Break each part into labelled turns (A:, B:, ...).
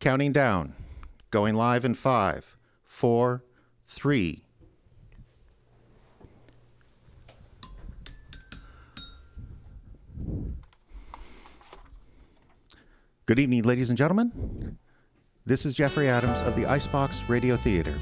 A: counting down, going live in five, four, three. Good evening, ladies and gentlemen. This is Jeffrey Adams of the Icebox Radio Theater.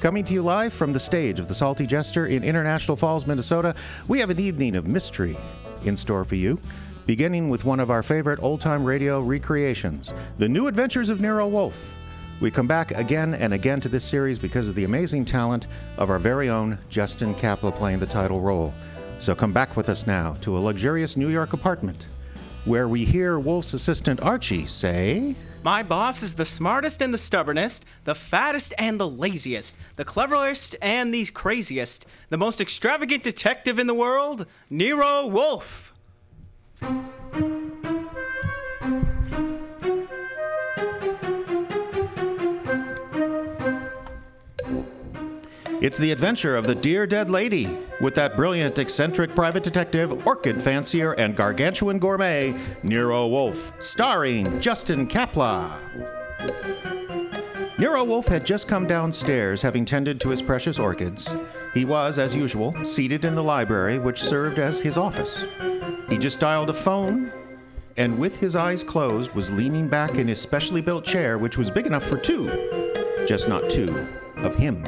A: Coming to you live from the stage of the Salty Jester in International Falls, Minnesota, we have an evening of mystery in store for you, beginning with one of our favorite old time radio recreations The New Adventures of Nero Wolfe. We come back again and again to this series because of the amazing talent of our very own Justin Kapla playing the title role. So come back with us now to a luxurious New York apartment where we hear Wolf's assistant Archie say.
B: My boss is the smartest and the stubbornest, the fattest and the laziest, the cleverest and the craziest, the most extravagant detective in the world, Nero Wolf.
A: It's the adventure of the Dear Dead Lady with that brilliant, eccentric private detective, orchid fancier, and gargantuan gourmet, Nero Wolfe, starring Justin Kapla. Nero Wolfe had just come downstairs, having tended to his precious orchids. He was, as usual, seated in the library, which served as his office. He just dialed a phone, and with his eyes closed, was leaning back in his specially built chair, which was big enough for two, just not two of him.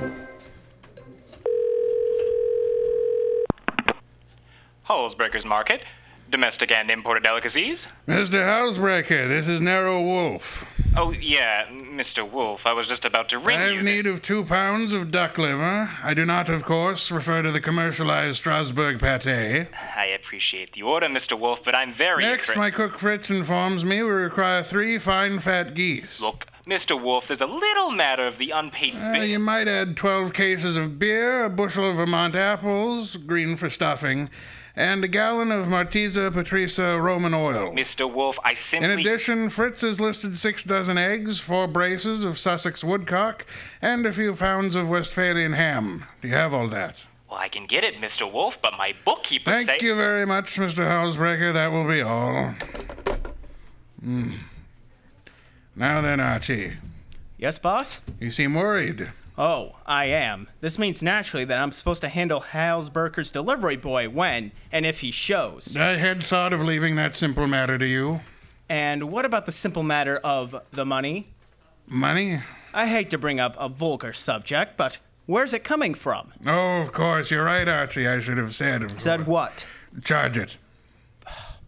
C: Holesbreakers Market, domestic and imported delicacies.
D: Mr. Housebreaker, this is Narrow Wolf.
C: Oh, yeah, Mr. Wolf, I was just about to
D: I
C: ring you.
D: have need of two pounds of duck liver. I do not, of course, refer to the commercialized Strasbourg pate.
C: I appreciate the order, Mr. Wolf, but I'm very.
D: Next,
C: afraid-
D: my cook Fritz informs me we require three fine fat geese.
C: Look, Mr. Wolf, there's a little matter of the unpaid
D: Uh,
C: bill.
D: you might add 12 cases of beer, a bushel of Vermont apples, green for stuffing, and a gallon of Martiza Patrisa Roman oil.
C: Mr. Wolf, I simply.
D: In addition, Fritz has listed six dozen eggs, four braces of Sussex woodcock, and a few pounds of Westphalian ham. Do you have all that?
C: well, I can get it, Mr. Wolf, but my bookkeeper
D: Thank
C: say-
D: you very much, Mr. Housebreaker. That will be all. Hmm. Now then, Archie,
B: Yes, boss?
D: you seem worried.
B: Oh, I am. This means naturally that I'm supposed to handle Halsberger's delivery boy when and if he shows.
D: I had thought of leaving that simple matter to you.
B: And what about the simple matter of the money?
D: Money?
B: I hate to bring up a vulgar subject, but where's it coming from?
D: Oh, of course, you're right, Archie. I should have said. of
B: Said
D: course.
B: what?
D: Charge it.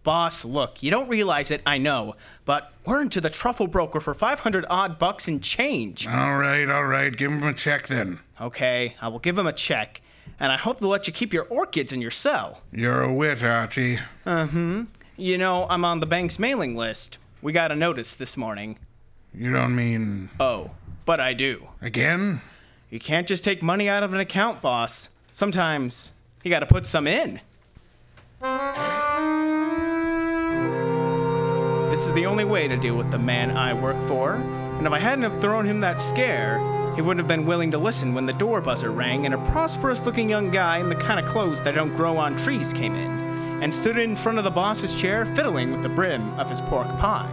B: Boss, look, you don't realize it, I know, but we're into the truffle broker for 500 odd bucks in change.
D: All right, all right. Give him a check then.
B: Okay, I will give him a check, and I hope they'll let you keep your orchids in your cell.
D: You're a wit, Archie.
B: You know, I'm on the bank's mailing list. We got a notice this morning.
D: You don't mean
B: Oh, but I do.
D: Again?
B: You can't just take money out of an account, boss. Sometimes you gotta put some in. This is the only way to deal with the man I work for, and if I hadn't have thrown him that scare, he wouldn't have been willing to listen when the door buzzer rang and a prosperous looking young guy in the kind of clothes that don't grow on trees came in and stood in front of the boss's chair fiddling with the brim of his pork pie.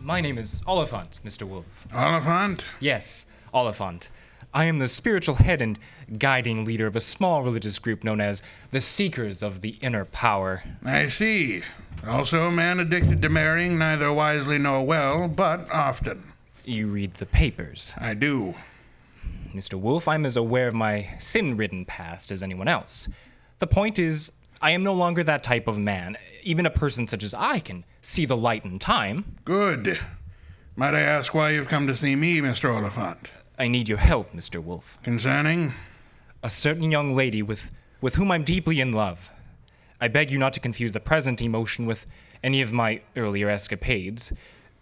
E: My name is Oliphant, Mr. Wolf.
D: Oliphant?
E: Yes, Oliphant. I am the spiritual head and guiding leader of a small religious group known as the Seekers of the Inner Power.
D: I see. Also a man addicted to marrying, neither wisely nor well, but often.
E: You read the papers.
D: I do.
E: Mr. Wolf, I'm as aware of my sin ridden past as anyone else. The point is, I am no longer that type of man. Even a person such as I can see the light in time.
D: Good. Might I ask why you've come to see me, Mr. Oliphant?
E: I need your help, Mr. Wolf.
D: Concerning?
E: a certain young lady with, with whom I'm deeply in love. I beg you not to confuse the present emotion with any of my earlier escapades.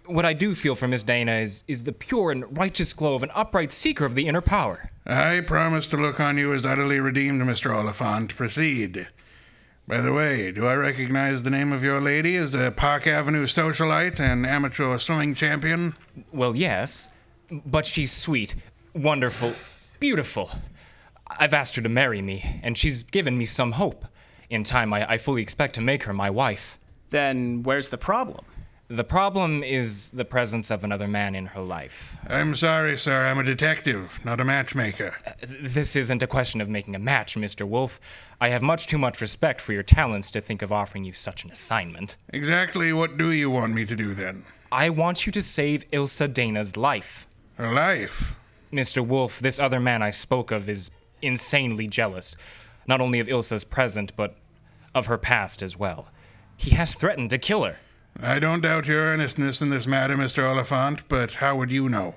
E: What I do feel for Miss Dana is, is the pure and righteous glow of an upright seeker of the inner power.
D: I promise to look on you as utterly redeemed, Mr. Oliphant. Proceed. By the way, do I recognize the name of your lady as a Park Avenue socialite and amateur swimming champion?
E: Well, yes, but she's sweet, wonderful, beautiful. I've asked her to marry me, and she's given me some hope. In time, I, I fully expect to make her my wife.
B: Then where's the problem?
E: The problem is the presence of another man in her life.
D: I'm sorry, sir. I'm a detective, not a matchmaker.
E: This isn't a question of making a match, Mr. Wolf. I have much too much respect for your talents to think of offering you such an assignment.
D: Exactly what do you want me to do then?
E: I want you to save Ilsa Dana's life.
D: Her life.
E: Mr. Wolf, this other man I spoke of is insanely jealous, not only of Ilsa's present, but of her past as well. He has threatened to kill her.
D: I don't doubt your earnestness in this matter, Mr. Oliphant, but how would you know?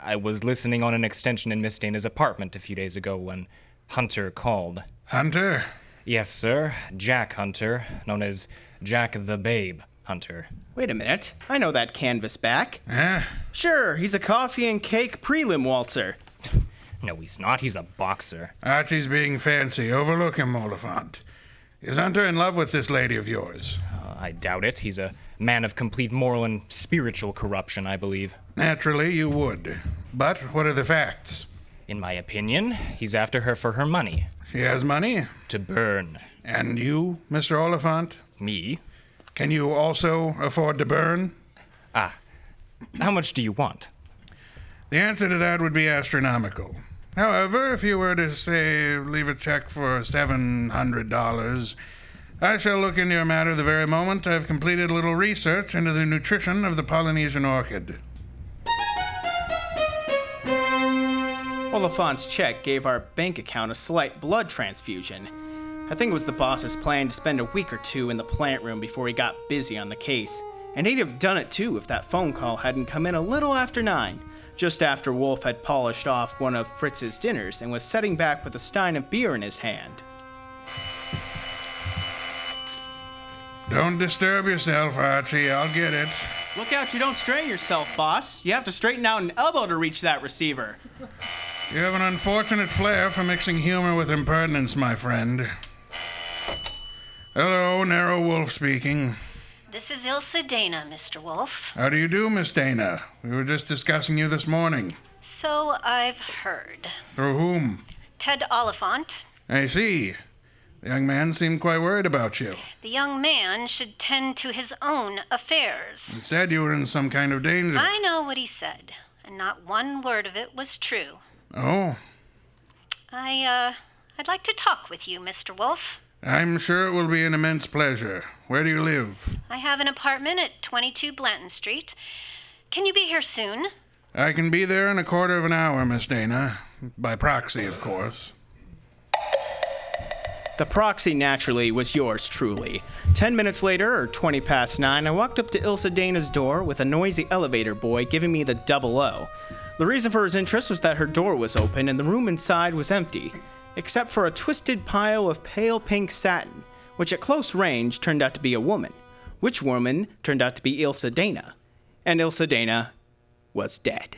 E: I was listening on an extension in Miss Dana's apartment a few days ago when Hunter called.
D: Hunter?
E: Yes, sir, Jack Hunter, known as Jack the Babe Hunter.
B: Wait a minute. I know that canvas back.
D: Eh?
B: Sure, he's a coffee and cake prelim waltzer.
E: No, he's not, he's a boxer.
D: Archie's being fancy. Overlook him, Oliphant. Is Hunter in love with this lady of yours?
E: Uh, I doubt it. He's a man of complete moral and spiritual corruption, I believe.
D: Naturally, you would. But what are the facts?
E: In my opinion, he's after her for her money.
D: She has money.
E: To burn.
D: And you, Mr. Oliphant?
E: Me?
D: Can you also afford to burn?
E: How much do you want?
D: The answer to that would be astronomical. However, if you were to say leave a check for seven hundred dollars, I shall look into your matter the very moment I've completed a little research into the nutrition of the Polynesian orchid.
B: Oliphant's check gave our bank account a slight blood transfusion. I think it was the boss's plan to spend a week or two in the plant room before he got busy on the case. And he'd have done it too if that phone call hadn't come in a little after nine, just after Wolf had polished off one of Fritz's dinners and was setting back with a stein of beer in his hand.
D: Don't disturb yourself, Archie. I'll get it.
B: Look out you don't strain yourself, boss. You have to straighten out an elbow to reach that receiver.
D: You have an unfortunate flair for mixing humor with impertinence, my friend. Hello, Narrow Wolf speaking.
F: This is Ilsa Dana, Mr. Wolf.
D: How do you do, Miss Dana? We were just discussing you this morning.
F: So I've heard.
D: Through whom?
F: Ted Oliphant,
D: I see. The young man seemed quite worried about you.
F: the young man, should tend to his own affairs.
D: He said you were in some kind of danger.
F: I know what he said, and not one word of it was true.
D: Oh,
F: I, uh, I'd like to talk with you, Mr. Wolf.
D: I'm sure it will be an immense pleasure. Where do you live?
F: I have an apartment at 22 Blanton Street. Can you be here soon?
D: I can be there in a quarter of an hour, Miss Dana. By proxy, of course.
B: The proxy, naturally, was yours truly. Ten minutes later, or 20 past nine, I walked up to Ilsa Dana's door with a noisy elevator boy giving me the double O. The reason for his interest was that her door was open and the room inside was empty, except for a twisted pile of pale pink satin, which at close range turned out to be a woman, which woman turned out to be Ilsa Dana. And Ilsa Dana was dead.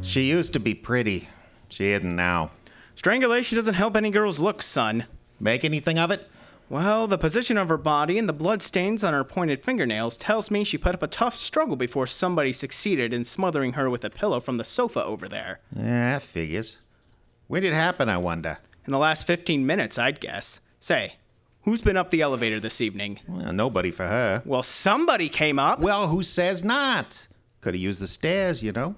A: She used to be pretty. She isn't now.
B: Strangulation doesn't help any girl's looks, son.
A: Make anything of it?
B: Well, the position of her body and the blood stains on her pointed fingernails tells me she put up a tough struggle before somebody succeeded in smothering her with a pillow from the sofa over there.
A: Yeah, Eh, that figures. When did it happen, I wonder?
B: In the last 15 minutes, I'd guess. Say, who's been up the elevator this evening?
A: Well, nobody for her.
B: Well, somebody came up.
A: Well, who says not? Could have used the stairs, you know.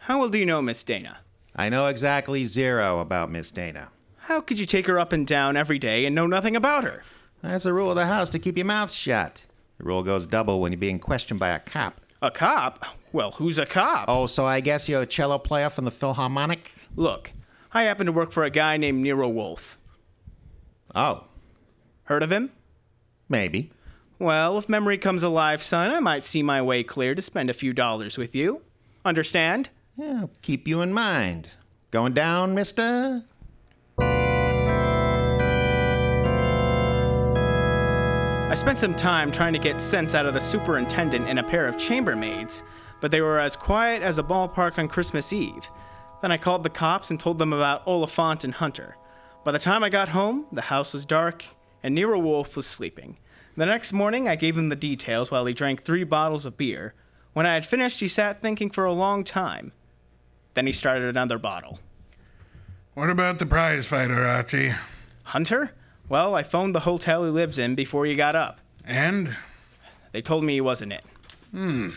B: How well do you know Miss Dana?
A: I know exactly zero about Miss Dana.
B: How could you take her up and down every day and know nothing about her?
A: That's the rule of the house to keep your mouth shut. The rule goes double when you're being questioned by a cop.
B: A cop? Well, who's a cop?
A: Oh, so I guess you're a cello player from the Philharmonic?
B: Look, I happen to work for a guy named Nero Wolf.
A: Oh,
B: Heard of him?
A: maybe.
B: Well, if memory comes alive, son, I might see my way clear to spend a few dollars with you. Understand?
A: Yeah, I'll keep you in mind. Going down, mister?
B: I spent some time trying to get sense out of the superintendent and a pair of chambermaids, but they were as quiet as a ballpark on Christmas Eve. Then I called the cops and told them about Oliphant and Hunter. By the time I got home, the house was dark and Nero Wolf was sleeping. The next morning, I gave him the details while he drank three bottles of beer. When I had finished, he sat thinking for a long time. Then he started another bottle.
D: What about the prize fighter, Archie?
B: Hunter? Well, I phoned the hotel he lives in before you got up.
D: And,
B: They told me he wasn't it.
D: you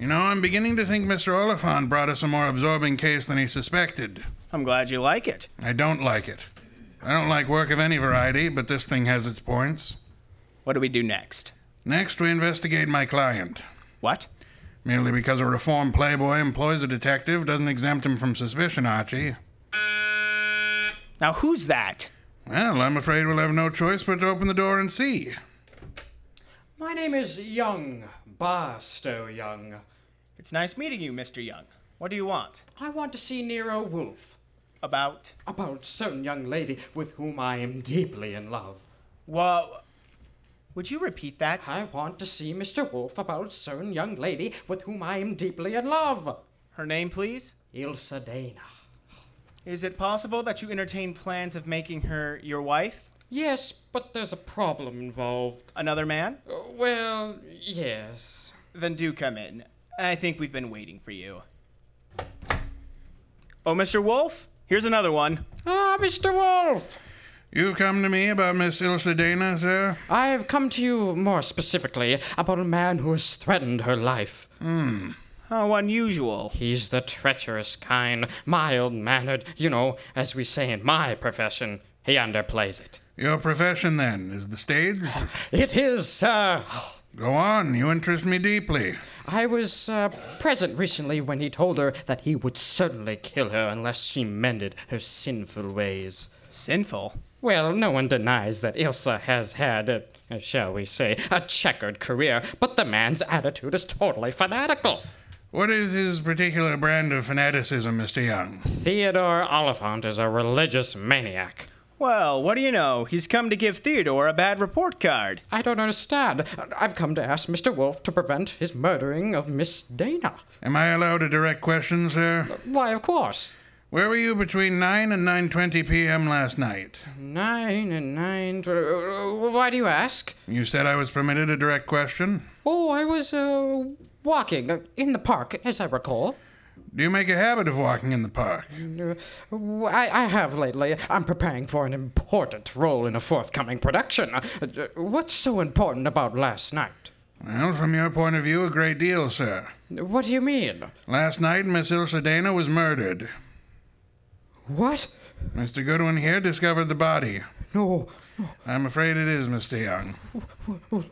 D: know, I'm beginning to think Mr. Oliphant brought us a more absorbing case than he suspected.
B: I'm glad you like it.
D: I don't like it. I don't like work of any variety, but this thing has its points.
B: What do we do next?
D: Next, we investigate my client.
B: What?
D: Merely because a reformed playboy employs a detective doesn't exempt him from suspicion, Archie.
B: Now, who's that?
D: Well, I'm afraid we'll have no choice but to open the door and see.
G: My name is Young, Barstow Young.
B: It's nice meeting you, Mr. Young. What do you want?
G: I want to see Nero Wolf
B: About.
G: about some young lady with whom I am deeply in love.
B: Whoa. Would you repeat that?
G: I want to see Mr. Wolf about certain young lady with whom I am deeply in love.
B: Her name, please?
G: Ilsa Dana.
B: Is it possible that you entertain plans of making her your wife?
G: Yes, but there's a problem involved.
B: Another man?
G: Uh, Well, yes.
B: Then do come in. I think we've been waiting for you. Oh, Mr. Wolf? Here's another one.
G: Ah, Mr. Wolf!
D: You've come to me about Miss Ilsa Dana, sir?
G: I have come to you more specifically about a man who has threatened her life.
B: How unusual.
G: He's the treacherous kind, mild mannered, you know, as we say in my profession. He underplays it.
D: Your profession, then, is the stage?
G: It is, sir.
D: Go on, you interest me deeply.
G: I was uh, present recently when he told her that he would certainly kill her unless she mended her sinful ways.
B: Sinful.
G: Well, no one denies that Ilsa has had, a, uh, shall we say, a checkered career, but the man's attitude is totally fanatical.
D: What is his particular brand of fanaticism, Mr. Young?
G: Theodore Oliphant is a religious maniac.
B: Well, what do you know? He's come to give Theodore a bad report card.
G: I don't understand. I've come to ask Mr. Wolf to prevent his murdering of Miss Dana.
D: Am I allowed a direct question, sir?
G: Why, of course.
D: Where were you between 9 and 9:20 p.m. last night?
G: Nine and nine. tw- uh, Why do you ask?
D: You said I was permitted a direct question.
G: Oh, I was uh, walking uh, in the park, as I recall.
D: Do you make a habit of walking in the park?
G: Uh, w- I, I have lately. I'm preparing for an important role in a forthcoming production. Uh, uh, What's so important about last night?
D: Well, from your point of view, a great deal, sir.
G: What do you mean?
D: Last night, Miss Ilsa Dana was murdered.
G: What?
D: Mr. Goodwin here discovered the body.
G: No.
D: I'm afraid it is Mr. Young.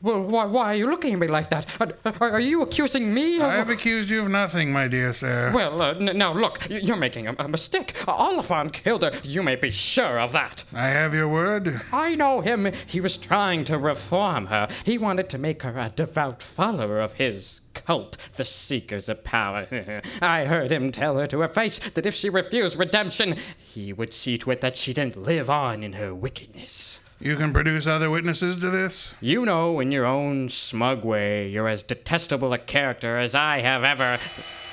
G: Well, why, why are you looking at me like that? Are, are are you accusing me of.
D: I have accused you of nothing, my dear sir.
G: Well, uh, n- now look, y- you're making a, a mistake. Oliphant killed her. You may be sure of that.
D: I have your word.
G: I know him. He was trying to reform her. He wanted to make her a devout follower of his cult, the Seekers of Power. I heard him tell her to her face that if she refused redemption, he would see to it that she didn't live on in her wickedness.
D: You can produce other witnesses to this?
G: You know, in your own smug way, you're as detestable a character as I have ever.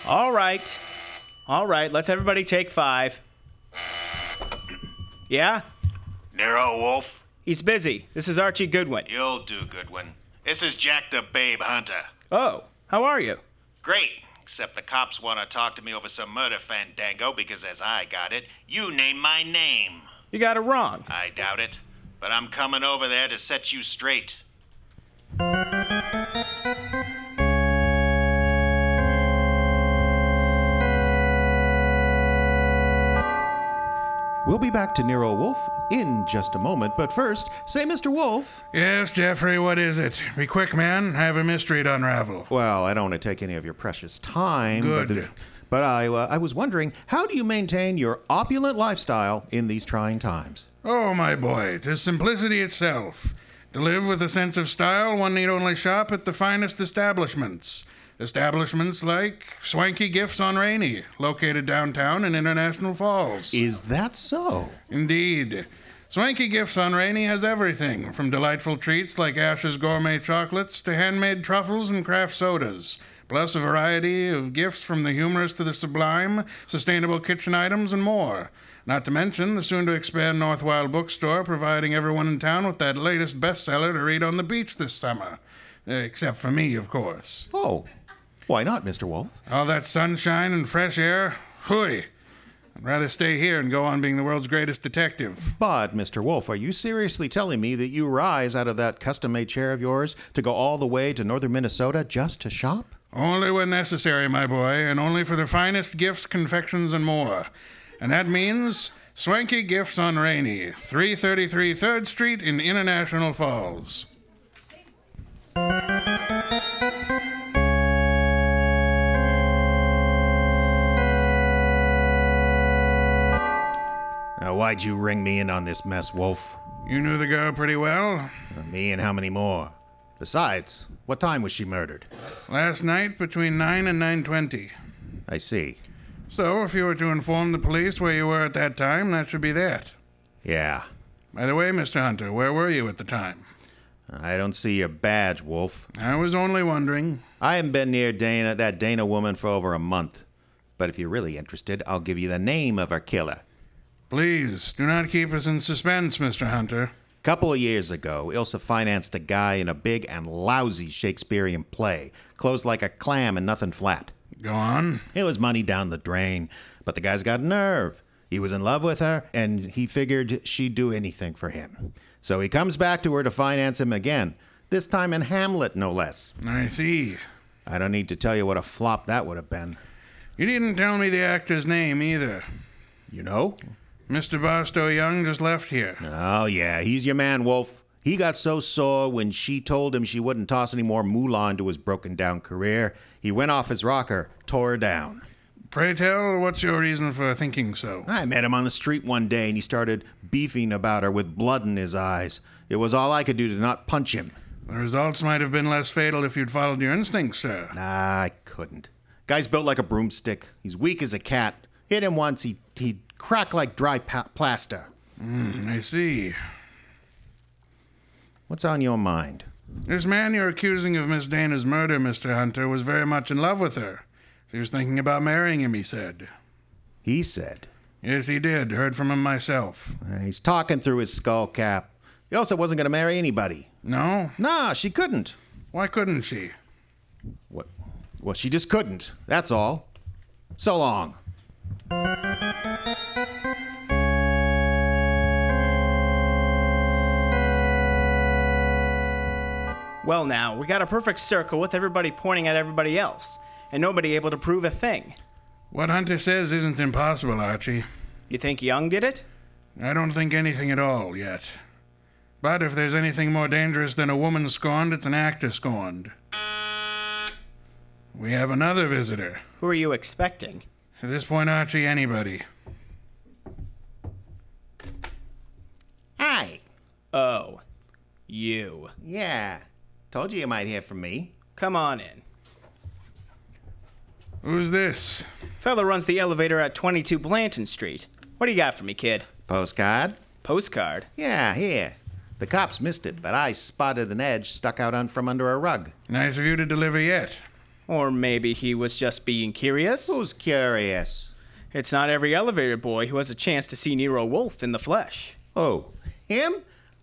B: All right. All right, let's everybody take five. Yeah?
H: Nero Wolf,
B: He's busy. This is Archie Goodwin.
H: you'll do, Goodwin. This is Jack the Babe Hunter.
B: Oh, how are you?
H: Great, except the cops want to talk to me over some murder fandango because, as I got it, you named my name.
B: You got it wrong.
H: I doubt it, but I'm coming over there to set you straight.
A: We'll be back to Nero Wolf in just a moment, but first, say, Mr. Wolf.
D: Yes, Jeffrey, what is it? Be quick, man. I have a mystery to unravel.
A: Well, I don't want to take any of your precious time. But,
D: Good.
A: but I, uh, I was wondering, how do you maintain your opulent lifestyle in these trying times?
D: Oh, my boy, 'tis simplicity itself. To live with a sense of style, one need only shop at the finest establishments. Establishments like Swanky Gifts on Rainy, located downtown in International Falls.
A: Is that so?
D: Indeed. Swanky Gifts on Rainy has everything from delightful treats like Ash's gourmet chocolates to handmade truffles and craft sodas, plus a variety of gifts from the humorous to the sublime, sustainable kitchen items, and more. Not to mention the soon to expand North Wild bookstore, providing everyone in town with that latest bestseller to read on the beach this summer. Uh, Except for me, of course.
A: Oh, why not, Mr. Wolf?
D: All that sunshine and fresh air. Hui. I'd rather stay here and go on being the world's greatest detective.
A: But, Mr. Wolf, are you seriously telling me that you rise out of that custom made chair of yours to go all the way to northern Minnesota just to shop?
D: Only when necessary, my boy, and only for the finest gifts, confections, and more. And that means Swanky Gifts on Rainy, 333 3rd Street in International Falls.
A: Now, why'd you ring me in on this mess, Wolf?
D: You knew the girl pretty well.
A: Me and how many more? Besides, what time was she murdered?
D: Last night between 9 and 9.20.
A: I see.
D: So, if you were to inform the police where you were at that time, that should be that.
A: Yeah.
D: By the way, Mr. Hunter, where were you at the time?
A: I don't see your badge, Wolf.
D: I was only wondering.
A: I haven't been near Dana, that Dana woman, for over a month. But if you're really interested, I'll give you the name of her killer.
D: Please, do not keep us in suspense, Mr. Hunter.
A: Couple of years ago, Ilsa financed a guy in a big and lousy Shakespearean play, closed like a clam and nothing flat.
D: Go on.
A: It was money down the drain, but the guy's got nerve. He was in love with her, and he figured she'd do anything for him. So he comes back to her to finance him again, this time in Hamlet, no less.
D: I see.
A: I don't need to tell you what a flop that would have been.
D: You didn't tell me the actor's name either.
A: You know?
D: Mr. Barstow Young just left here.
A: Oh, yeah, he's your man, Wolf. He got so sore when she told him she wouldn't toss any more moolah into his broken down career, he went off his rocker, tore her down.
D: Pray tell, what's your reason for thinking so?
A: I met him on the street one day and he started beefing about her with blood in his eyes. It was all I could do to not punch him.
D: The results might have been less fatal if you'd followed your instincts, sir.
A: Nah, I couldn't. Guy's built like a broomstick. He's weak as a cat. Hit him once, he, he'd crack like dry pa- plaster.
D: I see.
A: What's on your mind?
D: This man you're accusing of Miss Dana's murder, Mr. Hunter, was very much in love with her. She was thinking about marrying him, he said.
A: He said.
D: Yes, he did. Heard from him myself.
A: Uh, He's talking through his skull cap. He also wasn't going to marry anybody.
D: No?
A: Nah, she couldn't.
D: Why couldn't she?
A: What? Well, she just couldn't. That's all. So long.
B: Well, now, we got a perfect circle with everybody pointing at everybody else, and nobody able to prove a thing.
D: What Hunter says isn't impossible, Archie.
B: You think Young did it?
D: I don't think anything at all yet. But if there's anything more dangerous than a woman scorned, it's an actor scorned. We have another visitor.
B: Who are you expecting?
D: At this point, Archie, anybody.
A: Hi.
B: Oh, you.
A: Yeah. Told you you might hear from me.
B: Come on in.
D: Who's this?
B: Fella runs the elevator at 22 Blanton Street. What do you got for me, kid?
A: Postcard?
B: Postcard.
A: Yeah, here. The cops missed it, but I spotted an edge stuck out on from under a rug.
D: Nice of you to deliver yet.
B: Or maybe he was just being curious?
A: Who's curious?
B: It's not every elevator boy who has a chance to see Nero Wolf in the flesh.
A: Oh, him?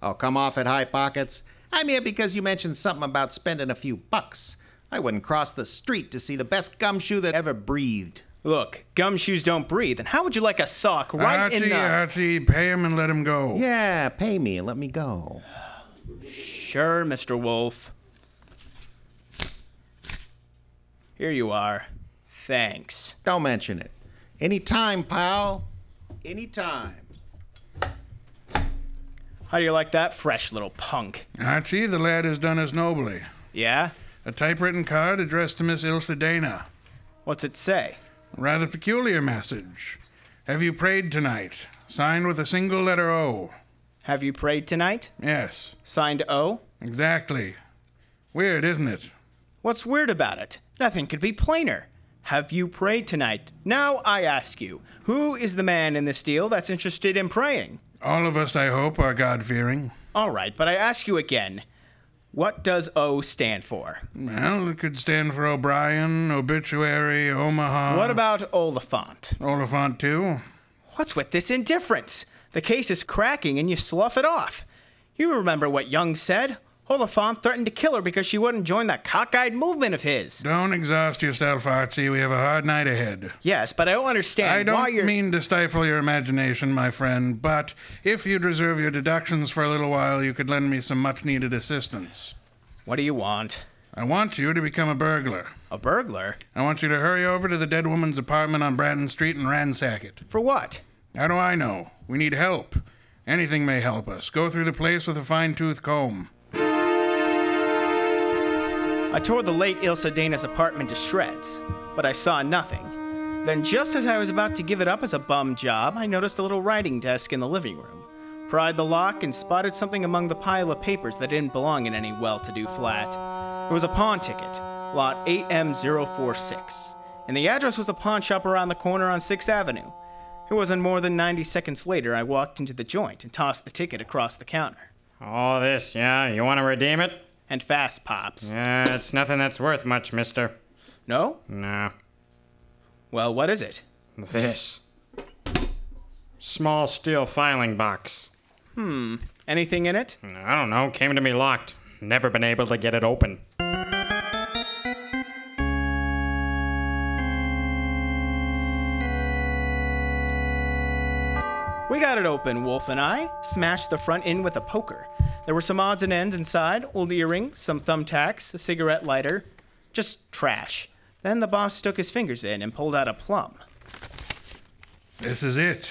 A: Oh, come off at high pockets. I'm here because you mentioned something about spending a few bucks. I wouldn't cross the street to see the best gumshoe that ever breathed.
B: Look, gumshoes don't breathe, and how would you like a sock right
D: Archie,
B: in the.
D: Archie, pay him and let him go.
A: Yeah, pay me and let me go.
B: Sure, Mr. Wolf. Here you are. Thanks.
A: Don't mention it. Anytime, pal. Anytime.
B: How do you like that fresh little punk?
D: Archie, the lad has done us nobly.
B: Yeah?
D: A typewritten card addressed to Miss Ilse Dana.
B: What's it say?
D: Rather peculiar message. Have you prayed tonight? Signed with a single letter O.
B: Have you prayed tonight?
D: Yes,
B: Signed O?
D: exactly. Weird, isn't it?
B: What's weird about it? Nothing could be plainer. Have you prayed tonight? Now I ask you, who is the man in this deal that's interested in praying?
D: All of us, I hope, are God fearing.
B: All right, but I ask you again. What does O stand for?
D: Well, it could stand for O'Brien, Obituary, Omaha.
B: What about Oliphant?
D: Oliphant, too?
B: What's with this indifference? The case is cracking and you slough it off. You remember what Young said. Holophon threatened to kill her because she wouldn't join that cockeyed movement of his.
D: Don't exhaust yourself, Archie. We have a hard night ahead.
B: Yes, but I don't understand
D: I
B: why
D: don't
B: you're.
D: mean to stifle your imagination, my friend, but if you'd reserve your deductions for a little while, you could lend me some much needed assistance.
B: what do you want?
D: I want you to become a burglar.
B: A burglar?
D: I want you to hurry over to the dead woman's apartment on Branton Street and ransack it.
B: For what?
D: How do I know? We need help. Anything may help us. Go through the place with a fine tooth comb.
B: I tore the late Ilsa Dana's apartment to shreds, but I saw nothing. Then, just as I was about to give it up as a bum job, I noticed a little writing desk in the living room. Pried the lock and spotted something among the pile of papers that didn't belong in any well to do flat. It was a pawn ticket, lot 8M046, and the address was a pawn shop around the corner on 6th Avenue. It wasn't more than 90 seconds later I walked into the joint and tossed the ticket across the counter.
G: All this, yeah? You want to redeem it?
B: And fast pops.
G: Yeah, Uh, it's nothing that's worth much, mister.
B: No?
G: Nah.
B: Well, what is it?
G: This. Small steel filing box.
B: Anything in it?
G: I don't know, came to me locked. Never been able to get it open.
B: We got it open, Wolf and I. Smashed the front end with a poker. There were some odds and ends inside old earrings, some thumbtacks, a cigarette lighter. Just trash. Then the boss stuck his fingers in and pulled out a plum.
D: This is it.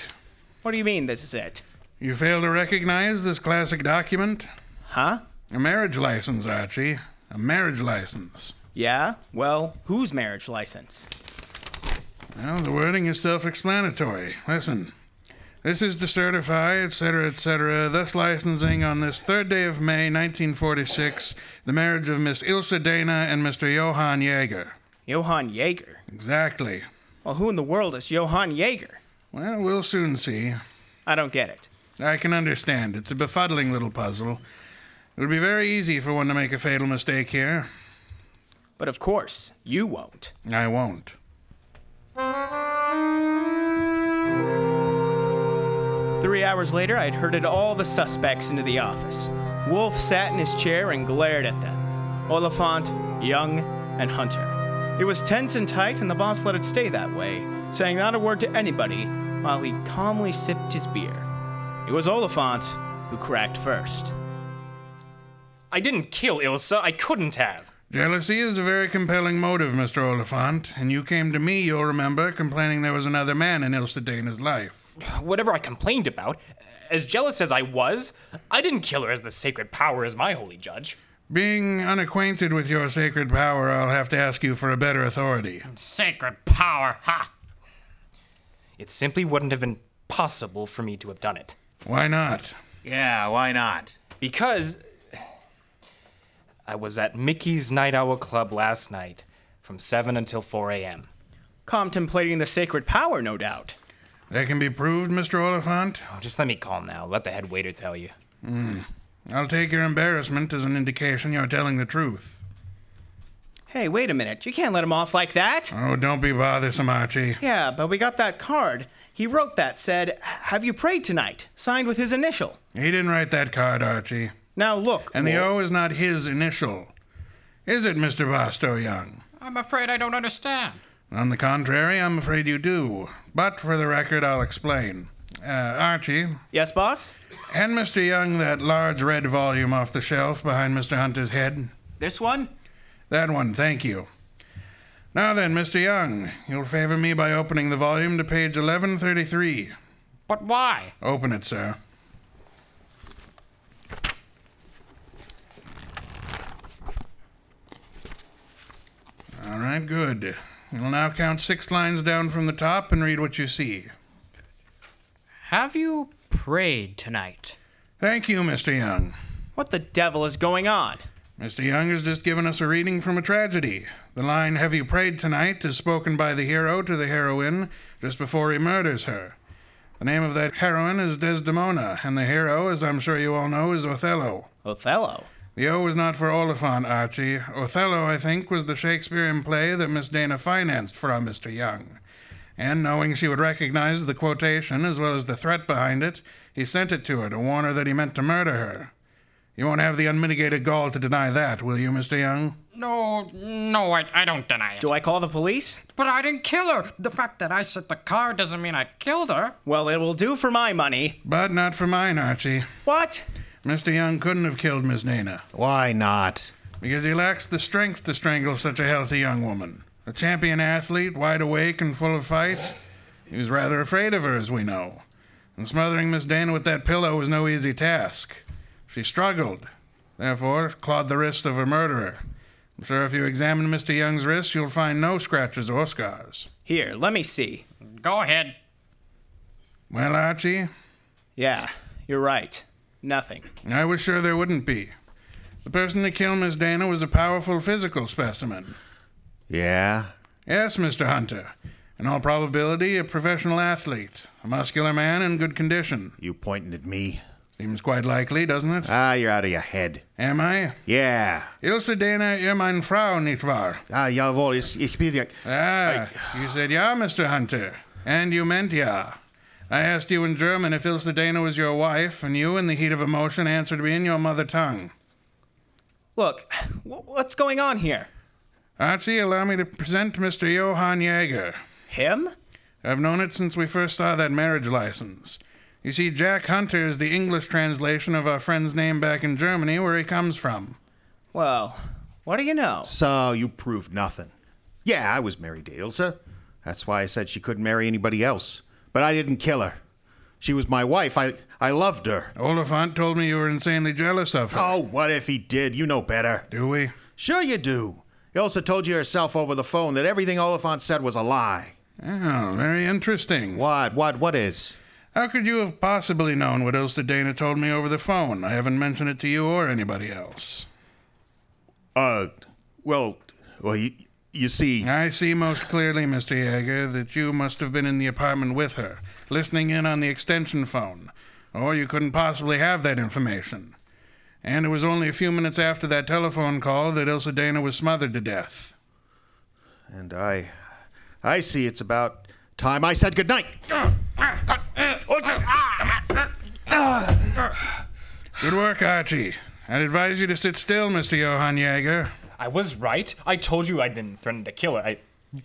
B: What do you mean this is it?
D: You fail to recognize this classic document?
B: Huh?
D: A marriage license, Archie. A marriage license.
B: Yeah? Well, whose marriage license?
D: Well, the wording is self explanatory. Listen. This is to certify, etc., etc., thus licensing on this third day of May, 1946, the marriage of Miss Ilse Dana and Mr. Johann Jaeger.
B: Johann Jaeger.
D: Exactly.
B: Well, who in the world is Johann Jaeger?
D: Well, we'll soon see.
B: I don't get it.
D: I can understand. It's a befuddling little puzzle. It would be very easy for one to make a fatal mistake here.
B: But of course, you won't.
D: I won't.
B: Three hours later, I'd herded all the suspects into the office. Wolf sat in his chair and glared at them Oliphant, Young, and Hunter. It was tense and tight, and the boss let it stay that way, saying not a word to anybody while he calmly sipped his beer. It was Oliphant who cracked first.
E: I didn't kill Ilsa. I couldn't have.
D: Jealousy is a very compelling motive, Mr. Oliphant, and you came to me, you'll remember, complaining there was another man in Ilse Dana's life.
E: Whatever I complained about, as jealous as I was, I didn't kill her as the sacred power is my holy judge.
D: Being unacquainted with your sacred power, I'll have to ask you for a better authority.
E: Sacred power, ha! It simply wouldn't have been possible for me to have done it.
D: Why not?
H: Yeah, why not?
E: Because I was at Mickey's Night Owl Club last night from 7 until 4 a.m.
B: Contemplating the sacred power, no doubt.
D: That can be proved, Mr. Oliphant.
E: Oh, just let me calm now. Let the head waiter tell you.
D: I'll take your embarrassment as an indication you're telling the truth.
B: Hey, wait a minute. You can't let him off like that.
D: Oh, don't be bothersome, Archie.
B: Yeah, but we got that card. He wrote that, said, Have you prayed tonight? Signed with his initial.
D: He didn't write that card, Archie.
B: Now look.
D: And the
B: Wolf-
D: O is not his initial. Is it, Mr. Bostow Young?
G: I'm afraid I don't understand.
D: On the contrary, I'm afraid you do. But for the record, I'll explain. Uh, Archie,
B: Yes, boss?
D: hand Mr. Young that large red volume off the shelf behind Mr. Hunter's head.
B: This one?
D: That one, thank you. Now then, Mr. Young, you'll favor me by opening the volume to page 1133.
G: But why?
D: Open it, sir. All right, good. You'll now count six lines down from the top and read what you see.
I: Have you prayed tonight?
D: Thank you, Mr. Young.
B: What the devil is going on?
D: Mr. Young has just given us a reading from a tragedy. The line, Have you prayed tonight? is spoken by the hero to the heroine just before he murders her. The name of that heroine is Desdemona, and the hero, as I'm sure you all know, is Othello.
B: Othello.
D: The O was not for Oliphant, Archie. Othello, I think, was the Shakespearean play that Miss Dana financed from Mr. Young. And knowing she would recognize the quotation as well as the threat behind it, he sent it to her to warn her that he meant to murder her. You won't have the unmitigated gall to deny that, will you, Mr. Young?
G: No, no, I, I don't deny it.
B: Do I call the police?
G: But I didn't kill her. The fact that I set the car doesn't mean I killed her.
B: Well, it will do for my money.
D: But not for mine, Archie.
B: What?
D: Mr. Young couldn't have killed Miss Nana
A: Why not?
D: because he lacks the strength to strangle such a healthy young woman. A champion athlete, wide awake and full of fight, he was rather afraid of her, as we know. And smothering Miss Dana with that pillow was no easy task. She struggled, therefore, clawed the wrist of her murderer. I'm sure if you examine Mr. Young's wrist, you'll find no scratches or scars.
B: Here, let me see.
I: Go ahead.
D: Well, Archie,
B: Yeah, you're right. Nothing.
D: I was sure there wouldn't be. The person that killed Miss Dana was a powerful physical specimen.
A: Yeah.
D: Yes, Mr. Hunter. In all probability, a professional athlete, a muscular man in good condition.
A: You pointing at me.
D: Seems quite likely, doesn't it?
A: Ah, you're out of your head.
D: Am I?
A: Yeah.
D: Ilse Dana, ihr mein Frau, nicht wahr?
A: Ah, jawohl, ich, ich bin ja.
D: Ah, you said ja, Mr. Hunter. And you meant ja. I asked you in German if Ilse Dana was your wife, and you, in the heat of emotion, answered me in your mother tongue.
B: Look, w- what's going on here?
D: Archie, allow me to present Mr. Johann Jaeger.
B: Him?
D: I've known it since we first saw that marriage license. You see, Jack Hunter is the English translation of our friend's name back in Germany, where he comes from.
B: Well, what do you know?
A: So you proved nothing. Yeah, I was married to Ilsa. That's why I said she couldn't marry anybody else. But I didn't kill her. She was my wife. I, I loved her.
D: Oliphant told me you were insanely jealous of her.
A: Oh, what if he did? You know better.
D: Do we?
A: Sure you do. Ilsa told you herself over the phone that everything Oliphant said was a lie.
D: Oh, very interesting.
A: What, what, what is?
D: How could you have possibly known what Ilse Dana told me over the phone? I haven't mentioned it to you or anybody else.
A: Uh, well, well, you, you see.
D: I see most clearly, Mr. Jaeger, that you must have been in the apartment with her, listening in on the extension phone, or you couldn't possibly have that information. And it was only a few minutes after that telephone call that Ilse Dana was smothered to death.
A: And I, I see it's about time I said goodnight.
D: Good work, Archie. I'd advise you to sit still, Mr. Johann Jaeger.
E: I was right. I told you I didn't threaten to kill her. I.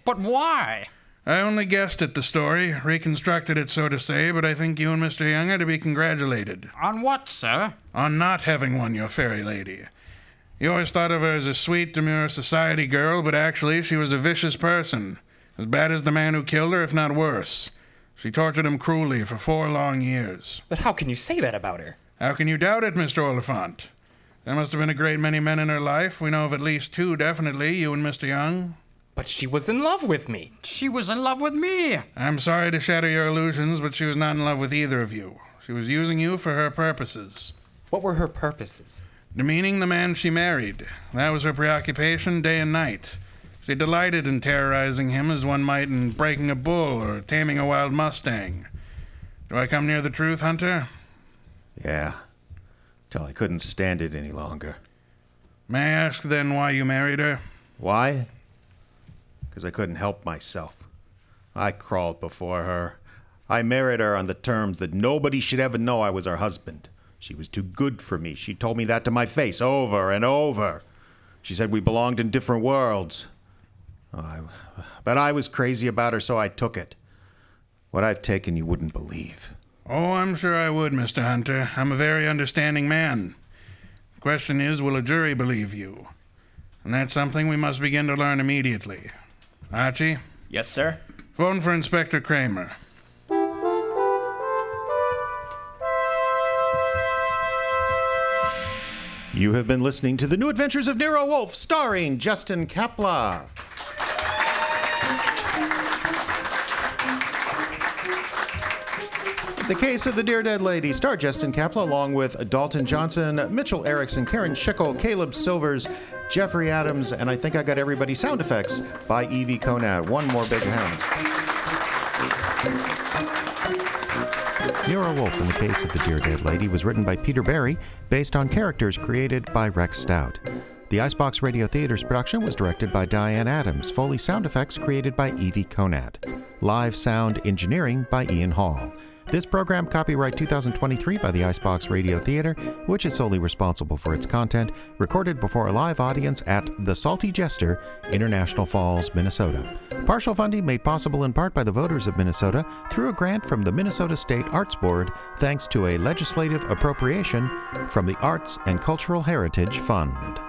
I: But why?
D: I only guessed at the story, reconstructed it, so to say, but I think you and Mr. Young are to be congratulated
I: On what, sir?
D: on not having won your fairy lady. You always thought of her as a sweet, demure society girl, but actually she was a vicious person, as bad as the man who killed her, if not worse. She tortured him cruelly for four long years.
E: But how can you say that about her?
D: How can you doubt it, Mr. Oliphant? There must have been a great many men in her life. We know of at least two, definitely, you and Mr. Young.
E: But she was in love with me.
I: She was in love with me.
D: I'm sorry to shatter your illusions, but she was not in love with either of you. She was using you for her purposes.
E: What were her purposes?
D: Demeaning the man she married. That was her preoccupation day and night. She delighted in terrorizing him as one might in breaking a bull or taming a wild mustang. Do I come near the truth, Hunter?
A: Yeah, till I couldn't stand it any longer.
D: May I ask then why you married her?
A: Why? Because I couldn't help myself. I crawled before her. I married her on the terms that nobody should ever know I was her husband. She was too good for me. She told me that to my face over and over. She said we belonged in different worlds. Oh, I- but I was crazy about her, so I took it. What I've taken, you wouldn't believe.
D: Oh, I'm sure I would, Mr. Hunter. I'm a very understanding man. The question is, will a jury believe you? And that's something we must begin to learn immediately. Archie?
B: Yes, sir.
D: Phone for Inspector Kramer.
A: You have been listening to The New Adventures of Nero Wolf, starring Justin Kapla. The Case of the Dear Dead Lady star Justin Kapla along with Dalton Johnson, Mitchell Erickson, Karen Schickel, Caleb Silvers, Jeffrey Adams, and I think I got everybody sound effects by Evie Conad. One more big hand. Nero Wolf in the Case of the Dear Dead Lady was written by Peter Barry, based on characters created by Rex Stout. The Icebox Radio Theater's production was directed by Diane Adams, Foley sound effects created by Evie Konat, live sound engineering by Ian Hall. This program, copyright 2023 by the Icebox Radio Theater, which is solely responsible for its content, recorded before a live audience at The Salty Jester, International Falls, Minnesota. Partial funding made possible in part by the voters of Minnesota through a grant from the Minnesota State Arts Board, thanks to a legislative appropriation from the Arts and Cultural Heritage Fund.